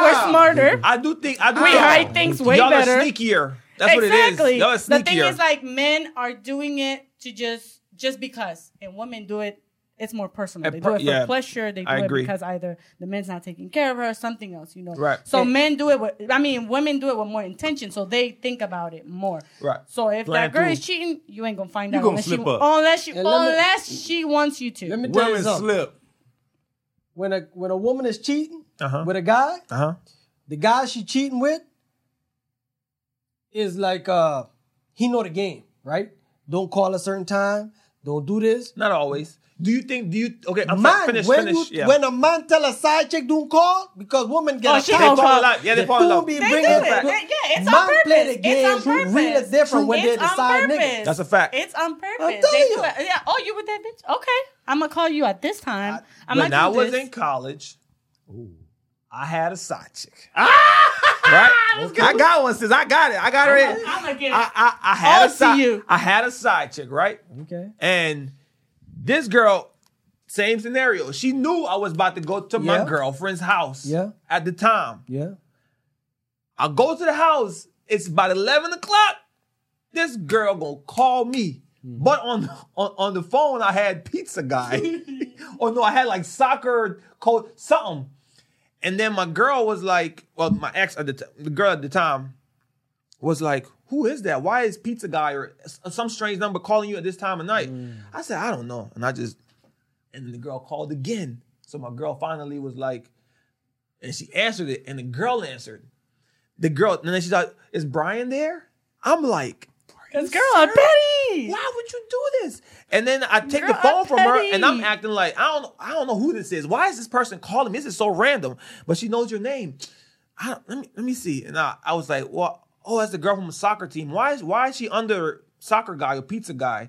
we're smarter.
I do think I do
We
think-
hide things way
y'all
better.
Are sneakier. That's what it is. Y'all are sneakier.
The thing is, like, men are doing it to just just because, and women do it. It's more personal.
And
They
per-
do it for
yeah.
pleasure. They do
I
it
agree.
because either the man's not taking care of her or something else, you know.
Right.
So men do it with. I mean, women do it with more intention, so they think about it more.
Right.
So if
Plan
that girl
through.
is cheating, you ain't gonna find out
gonna
unless
slip
she
up.
unless she
And let me-
unless she wants you to.
Let me tell you
Women
something.
slip.
When a when a woman is cheating
Uh-huh.
with a guy,
uh-huh.
the guy she cheating with is like uh he know the game, right? Don't call a certain time. Don't do this.
Not always. Do you think? Do you? Okay. I'm
man,
sorry, finish.
when
finish.
you
yeah.
when a man tell a side chick don't call because woman get
Oh, she
upset.
they fall
don't
in
call.
love. Yeah, they fall in
Dude
love.
be
They
bringing
do
it
it.
back.
They- yeah, it's
Man
on purpose.
play the game
it's on
who
purpose.
really different when
It's
they
on
decide niggas.
purpose.
That's a fact.
It's on purpose.
telling
They do
you.
it. Yeah. Oh, you with that bitch? Okay. I'm gonna call you at this time. I, am
when I
not doing
was
this.
in college, I had a side chick. right? Ah! I got one sis. I got it. I got her. in.
I'm gonna get
I, I, I had
All
a
to
side.
you.
I had a side chick, right?
Okay.
And this girl, same scenario. She knew I was about to go to my
Yeah.
girlfriend's house.
Yeah.
At the time,
Yeah.
I go to the house. It's about eleven o'clock. This girl gonna call me, but on, on on the phone I had pizza guy. oh no, I had like soccer coach something. And then my girl was like, well, my ex at the t- the girl at the time was like, who is that? Why is pizza guy or s- uh, some strange number calling you at this time of night? I said, I don't know, and I just and then the girl called again. So my girl finally was like, and she answered it, and the girl answered. The girl, and then she's like, "Is Brian there?" I'm like,
this girl a petty.
"Why would you do this?" And then I take the
Girl,
phone from her,
petty.
and I'm acting like I don't, I don't know who this is. Why is this person calling me? This is so random. But she knows your name. I don't, let me let me see. And I, I was like, "Well, oh, that's the girl from the soccer team. Why is why is she under soccer guy or pizza guy?"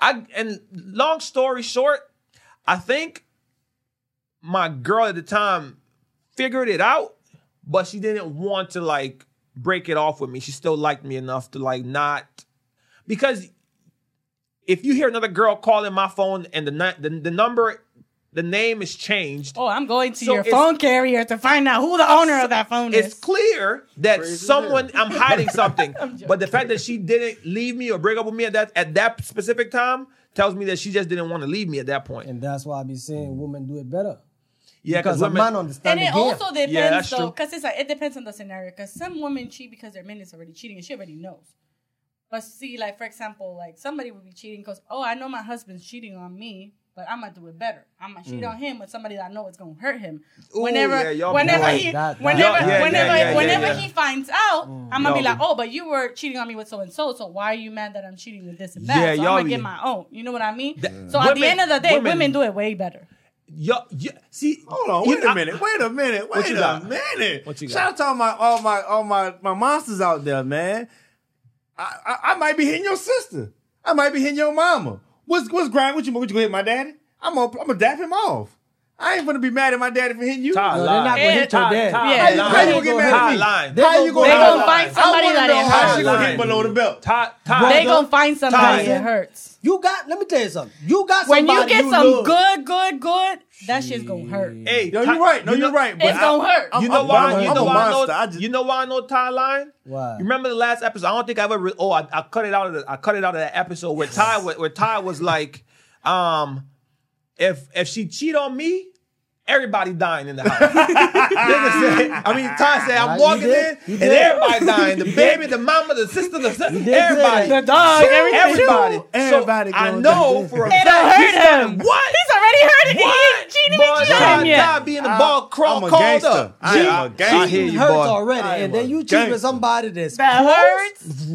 I and long story short, I think my girl at the time figured it out, but she didn't want to like break it off with me. She still liked me enough to like not because if you hear another girl calling my phone and the ni- the, the number the name is changed,
Oh, I'm going to
So
your
it's-
phone carrier to find out who the owner of that phone
it's
is.
clear that
Crazy as
someone I'm hiding something. but the fact that she didn't leave me or break up with me at that at that specific time tells me that she just didn't want to leave me at that point.
And that's why I be saying women do it better.
Yeah,
Because a man understand
And
the
it
game.
also depends,
Yeah, that's
though,
true.
because it's like it depends on the scenario. Because some women cheat because their man is already cheating, and she already knows. But see, like for example, like somebody would be cheating because oh, I know my husband's cheating on me, but I'm gonna do it better. I'm gonna cheat on him with somebody that I know it's gonna hurt him.
Mm. Ooh,
whenever,
yeah, y'all be
whenever
right.
he,
That- that-
whenever,
Y'all- yeah,
whenever,
yeah, yeah, yeah,
whenever
yeah. Mm.
he finds out, I'm gonna
Y'all
be like,
be-
oh, but you were cheating on me with so and so, so why are you mad that I'm cheating with this and that?
Yeah,
so
y'all
I'm gonna
be-
get my own. You know what I mean?
That-
so at the
women-
end of the day,
women-
women, do it way better.
Yo, yo, see,
Hold on,
you-
wait a
I-
minute, wait a minute, wait
you
a
got?
minute.
What you got?
Shout out to all my all my all my my monsters out there, man. I, I I might be hitting your sister. I might be hitting your mama. What's what's grind? What you what you gonna hit my daddy? I'm gonna I'm gonna dap him off. I ain't gonna be mad at my daddy for hitting you.
Todd
No, they're
lied.
not gonna hit your
Todd-
dad.
Todd
Yeah.
lied.
How you
Todd
gonna get
lied.
mad at
Todd
me?
lied.
They
How you gonna,
They
gonna
I
find
somebody
wanna
that
know
it
how she
hurts.
gonna hit below the belt?
Todd, Todd,
They
Brother,
gonna find somebody
Ty.
that hurts.
You got. Let me tell you something. You got
When
somebody
you get
you
some
love.
good, good, good, that shit's gonna hurt.
Hey,
No,
Ty-
you're right. No,
you
you're
know-
right.
It's gonna hurt.
You know
I'm-
why?
I'm
you
a
know why? I know,
monster. I just-
you know why I know Ty lying?
Why?
You remember the last episode? I don't think I ever. Re- oh, I, I cut it out. Of the, I cut it out of that episode where Ty wa- where Ty was like, um, if if she cheat on me Everybody dying in the house. Nigga said, I mean, Ty said, I'm
Right, he
walking
did. He
in and
did.
everybody dying. The baby, the mama, the sister, the son,
did say that.
everybody.
The
dog, everything.
Everybody. So
Everybody
I
going
know
down.
for a
It
fact.
hurt
he started,
him.
What?
He's already heard it.
What?
He's cheating
Boy,
and
Ty,
cheating
Ty
yet.
being the ball crawl,
I'm a
called
gangster.
up.
I am a
I hear
gangster.
you,
hurts
boy.
already,
I
and
am
then
a
you cheating
gangster.
somebody that's
That hurts.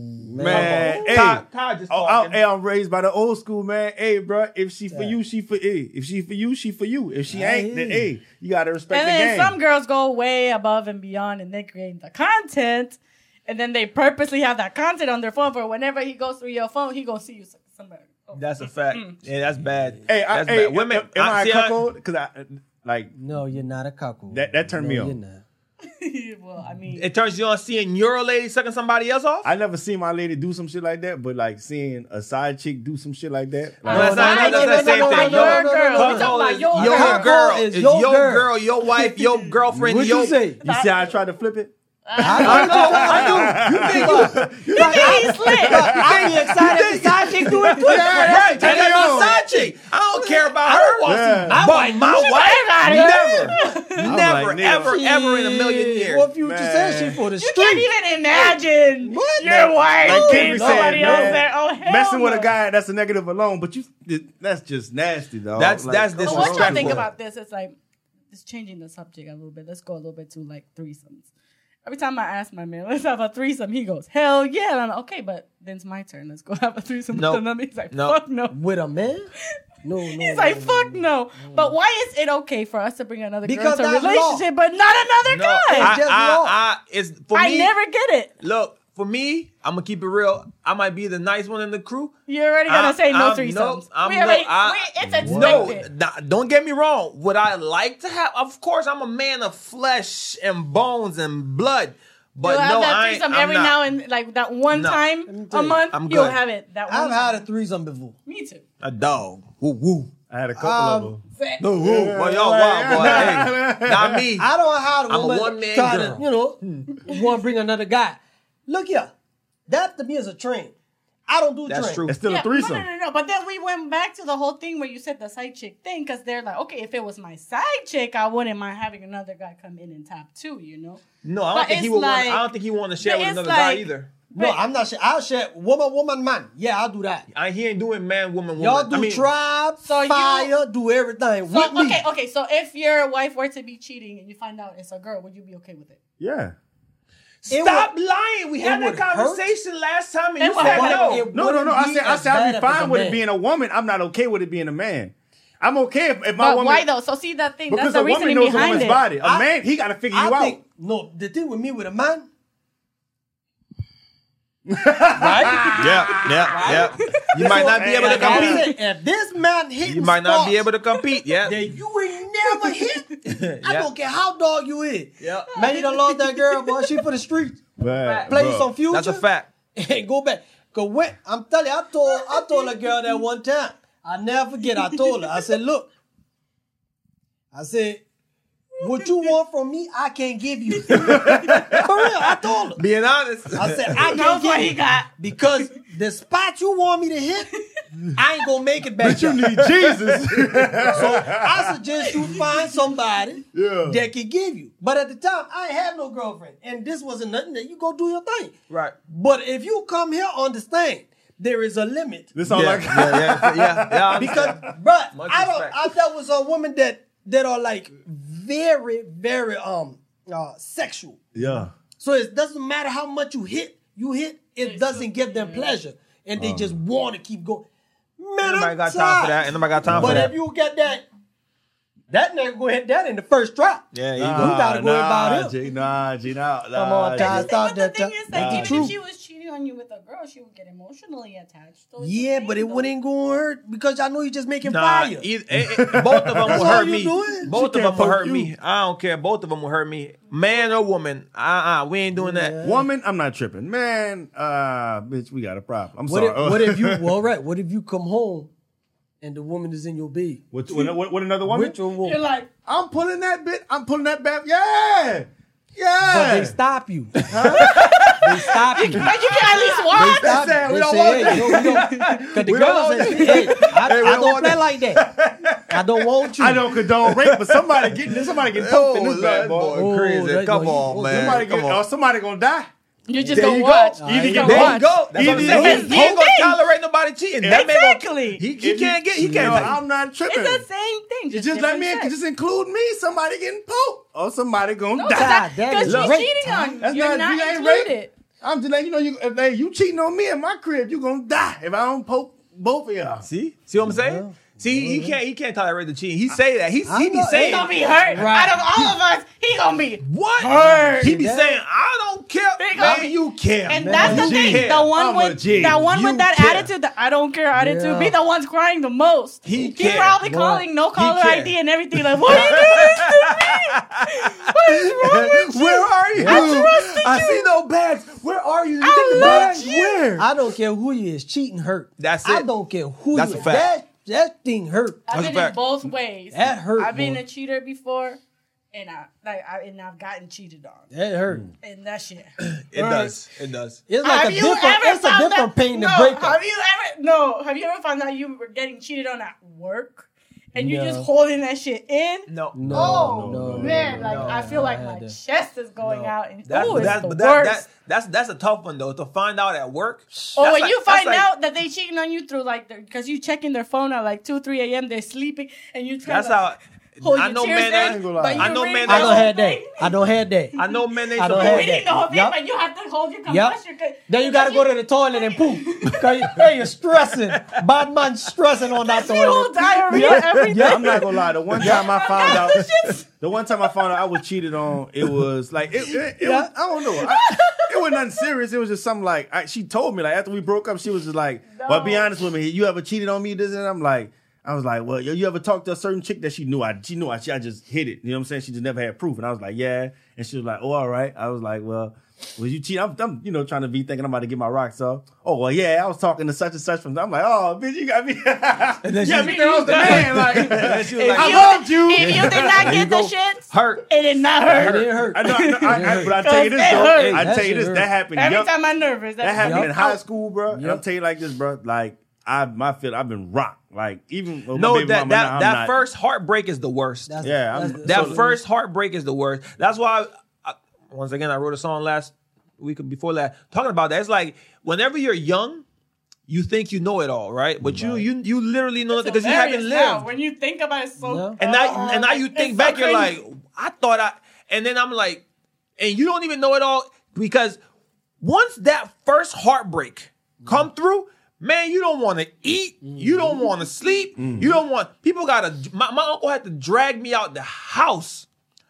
Man, hey,
Ty, Ty just
oh,
talking.
I'm, hey, I'm raised by the old school, man. Hey, bro, if she for you, she for hey. If she for you, she for you. If she ain't, then
Hey.
hey, you gotta respect
And
the
then
game.
some girls go way above and beyond and they create the content. And then they purposely have that content on their phone for whenever he goes through your phone, he gonna see you s- somebody. Oh.
That's a fact. Yeah, that's bad.
hey, I,
that's
hey,
bad. Women,
am, am I
see,
a cuckold? Because I like
No, you're not a cuckold.
That- that turned
no,
me on.
You're not.
well, I mean,
it turns you on seeing your lady sucking somebody else off.
I never seen my lady do some shit like that, but like seeing a side chick do some shit like that.
No, that's
Like,
not-
I
that's
ain't
not the
even
same
talking
thing.
about
No,
your
no,
girl.
no, no,
We
no,
talking about
no,
your
Your
Cuckold
girl.
girl
is
is
your
your
girl.
girl, your wife, your girlfriend.
What'd
your,
you say?
you see how I tried to flip it?
I don't know. I do. You think what?
You think he's slick?
I be excited if the side chick do it too.
Yeah, right.
Turn
Turn that
it
on
on.
side chick. I don't care about her.
Yeah.
I but my wife, never,
I'm
never,
like, nigga.
ever, ever in a million years.
What future said
Man.
she for the
You
street?
can't even imagine
What?
your
Like
wife being
Kendrick said,
somebody
man,
else there. Oh, hell
messing with
no.
a guy that's a negative alone, but you that's just nasty, dog.
That's- that's
But
disrespectful.
what y'all think
disrespectful.
about this? It's like it's changing the subject a little bit. Let's go a little bit to like threesomes. Every time I ask my man, let's have a threesome, he goes, "Hell yeah!" And I'm like, "Okay, but then it's my turn. Let's go have a threesome."
No.
With another. He's like,
No.
"Fuck no."
With a man? No, no.
He's
no,
like,
no,
"Fuck
no.
no." But why is it okay for us to bring another
Because
girl to a
that's law.
relationship, but not another
No,
guy?
I,
just wrong.
I, I, it's for
I
me.
never get it.
look, for me, I'm gonna keep it real. I might be the nice one in the crew.
You already gotta
I'm-
say no
I'm-
threesomes.
nope, I'm
we
no-
already,
I-
we, it's expected.
No, nah, don't get me wrong. Would I like to have? Of course, I'm a man of flesh and bones and blood. But
you'll have
no,
that
I ain't,
threesome
I'm
every
not.
now and like that one
No.
Let me
time
tell
a
you,
month.
I'm
you'll
good.
have it. That one
I've had a threesome before.
Me too.
a dog. Woo woo.
I had a couple
Um,
of them.
No, woo. Well, y'all wild, boy. Hey, not me.
I don't know how
I'm
to
a
woman
one-man
try
girl.
to, you know, want to bring another guy. Look here, that to me is a train. I don't do
That's
train.
true.
It's still a threesome.
No, no, no, no. But then we went back to the whole thing where you said the side chick thing because they're like, okay, if it was my side chick, I wouldn't mind having another guy come in and top two, you know?
No, I
But
don't think he
it's
would. want,
like-
I don't think he want to share
but
with
it's
another
like-
guy either.
No,
But-
I'm not sure. I'll share woman, woman, man. Yeah, I'll do that.
I, he ain't doing man, woman, woman.
Y'all do
I mean,
tribe,
So you-
fire, do everything
So,
with me.
okay, okay. So if your wife were to be cheating and you find out it's a girl, would you be okay with it?
Yeah.
It
Stop
would-
lying. We had
would
that conversation last time, and
It
you
would
said
hurt.
no.
It
No, no, no. I
wouldn't
said
be
I
as
said I'd
bad
be
if it's a
fine with
man.
it being a woman. I'm not okay with it being a man. I'm okay if, if my
But
woman
why though? So see that thing.
because
that's the
a woman
reasoning
knows a
behind
woman's
it.
body. A
I-
man, he gotta figure you
I
out.
think no. The thing with me with a man,
Yeah, yeah, yeah. You might not be able to
like I
compete.
said, if this man hit,
You might not be able to compete. Yeah.
That you ain't never hit. I
Yeah.
don't care how dog you is.
Yeah.
Man, you done lost that girl, boy. She for the streets.
But,
Play
bro,
some future.
That's a fact.
and go back. Cause when I'm telling you, I told I told a girl that one time. I never forget. I told her. I said, look. I said, what you want from me, I can't give you. For real, I told her.
Being honest.
I said, I
Knows
can't
what
give
he
you.
got.
Because the spot you want me to hit, I ain't gonna make it back.
But you
there.
need Jesus.
So I suggest you find somebody
Yeah.
that can give you. But at the time, I ain't had no girlfriend, and this wasn't nothing that you go do your thing.
Right.
But if you come here, understand there is a limit
this
Yeah,
all
yeah,
like
yeah, yeah, yeah, I
because,
understand.
bruh,
Much
I don't.
respect.
I dealt with some women that that are like very, very um uh sexual.
Yeah.
So it doesn't matter how much you hit, you hit, it doesn't give them pleasure, and they just want to keep going.
Um, Ain't
Man,
nobody
I'm
got time
tired.
for that. Ain't nobody got time for
But
that.
if you get that, that nigga go hit that in the first try.
Yeah, you
Nah,
go.
gotta go
nah,
about it.
G, nah, G, nah, nah,
Come on,
G.
Ty.
But
thought
the
that
thing
that-
is, like,
Nah.
even
True.
if she was cheating on you with a girl, she would get emotionally attached. So it's the
Yeah,
same,
but it
though.
wouldn't go hurt because I know you just making
Nah,
fire.
either, eh, eh, both of them
That's
will
all
hurt
you
me.
doing.
Both
She
of them
can't
will
poke
hurt
you.
me. I don't care. Both of them will hurt me. Man or woman. Uh uh We ain't doing that.
Woman, I'm not tripping. Man, uh, bitch, we got a problem. I'm
What
sorry.
if, what if you? Well, right. What if you come home and the woman is in your bed?
What, what, what, what another woman?
Which one? will-
You're like,
I'm pulling that bit. I'm pulling that back. Yeah. Yeah.
But they stop you. they They stop you.
Like you can at least walk.
They stop
said, "We
you. They
don't
say,
want
hey, yo, we don't. Cause the
We don't
girls
want
say,
that.
hey, I,
Hey, we
I
don't
don't
want
play
that.
like that. I don't want you.
I don't condone rape, but somebody getting somebody getting poked in
Oh,
this bad
that
boy.
boy
Oh,
crazy.
that
Come
boy,
on,
oh,
man.
Somebody
Come
get, or
on.
somebody gonna die.
You just
There
gonna
you go.
watch.
Nah,
Either
you
get
go.
There you
Watch.
go. That's what I'm
Even
saying.
if-
He ain't gonna
Exactly.
tolerate nobody cheating. That man gonna-
Exactly.
He, he can't get. He
You know,
can't.
I'm not tripping.
It's the same thing.
Just, let
different
me
sex.
just include me. Somebody getting poked or somebody gonna
No,
die.
God, that
because
is
she's
rape,
cheating
huh?
on you.
That's
You're
not-
not,
you ain't
included.
rape. I'm just letting you know you if hey, you cheating on me in my crib, you gonna die if I don't poke both of y'all.
See, see what I'm saying? See, he can't. He can't tolerate the cheating. He say that. He he
I'm
be
not-
He
saying
gonna be hurt.
Right.
Out of all of us, he gonna be.
what?
Hurt.
He be
That-
saying I don't care.
Big up.
Man, you care.
And
man.
that's the
You
thing.
care.
The one
I'm a
with
G.
that one
You
with that
care.
attitude, the I don't care attitude,
Yeah.
be the one's crying the most.
He
He
care.
probably
What?
calling no caller
care.
ID and everything. Like, what are you doing this to me? What is wrong with you?
Where are you?
I trusted
I
you.
see no bags. Where are you? You
I
get the
loved
bags
you.
where?
I don't care who you is. Cheating hurt.
That's
I
it.
don't care who
That's
you
a
is.
fact.
That, that thing hurt.
That's
I've
a
been in
fact.
both ways.
That hurt,
I've been
boy.
a cheater before, and I like I and I've gotten cheated on,
That hurt.
and that shit.
It does. It does.
It's like a different, it's a different pain
no,
to break up.
Have you ever no? Have you ever found out you were getting cheated on at work, and you're just
No.
holding that shit in?
No.
No,
Oh
no, no,
man,
no,
like
no,
I feel
no,
like
I
my
had to-
chest is going
no.
out, and
That's,
ooh, it's
that's,
the
but that,
worst.
that, that's that's a tough one though. To find out at work.
or
that's
when
like-
you
that's
find
like-
out that they cheating on you through like because you checking their phone at like two, three a.m. They're sleeping, and you try
That's
to
how.
hold
I
your
know
tears
men.
in,
I ain't
gonna lie.
but
I
you
know
read
men
the
I
that-
whole
don't have that.
thing.
I don't have that.
I know men ain't
I don't
supposed
have
You're reading
that.
the whole thing,
Yup.
but you have to hold your
Yup.
composure. 'cause-
Then you gotta go to the toilet and poop. Cause you, hey, you're stressing. Bad man stressing on that
That's me whole
toilet.
diarrhea
Yeah.
every day.
Yeah.
I'm not gonna lie. The one time I found out,
That's the shit.
the one time I found out I was cheated on, it was like it. it, it
Yeah.
was, I don't know. I, it was nothing serious. It was just something like I, she told me. Like after we broke up, she was just like, "Well, be
No.
honest with me. You ever cheated on me? This and that?" I'm like. I was like, well, you you ever talked to a certain chick that she knew I she knew I, she, I just hit it. You know what I'm saying? She just never had proof. And I was like, yeah. And she was like, oh, all right. I was like, well, was you cheat? I'm, I'm you know trying to be thinking I'm about to get my rocks off. Oh well, yeah. I was talking to such and such from. I'm like, oh, bitch, you got me.
then
yeah,
she-
bitch, I was the man. Like,
And she was like,
I
you-
loved you.
If you did not get the
go.
shit,
hurt.
it did not
It
hurt.
didn't hurt.
I know, I know I, I, but I tell you this
Cause it
though,
hurts.
I
That
tell you
shit
this, that
hurts.
happened.
Every
young-
time I'm nervous,
that happened in
Yup.
high school, bro. And I'm
Yup.
tell you like this, bro. Like I, my feel, I've been rocked. Like even with my
No,
baby
that
mama, now
that
I'm
that
not-
first heartbreak is the worst.
That's-
Yeah, I'm-
that's-
that
so-
first heartbreak is the worst. That's why, I, I- once again, I wrote a song last week or before last talking about that. It's like whenever you're young, you think you know it all, right? But you you you literally know nothing because you haven't
Hilarious now,
lived.
When you think about it, so
Yeah.
and now
uh,
and now you
it's
think
so
back, you're
crazy.
like, I thought I, and then I'm like, and you don't even know it all because once that first heartbreak come through, man, you don't want to eat, you don't want to sleep, you don't want. People gotta. My, my uncle had to drag me out the house.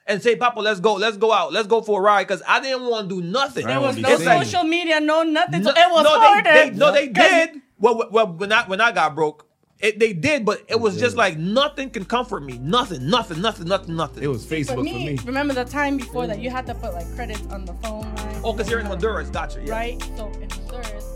And say, Papa, let's go, let's go out, let's go for a ride, because I didn't want to do nothing.
There
There was
be
no
It's like-
social media, no nothing.
no,
so it was
no, they-
harder.
They, no, they
'Cause
did. Well, well, well, when I when I got broke, it, they did, but it was just like nothing can comfort me. Nothing, nothing, nothing, nothing, nothing.
It was Facebook
For me,
for me.
remember the time before that you had to put like credits on the phone line.
oh, because you're in Honduras, gotcha. Yeah.
right? So in Honduras,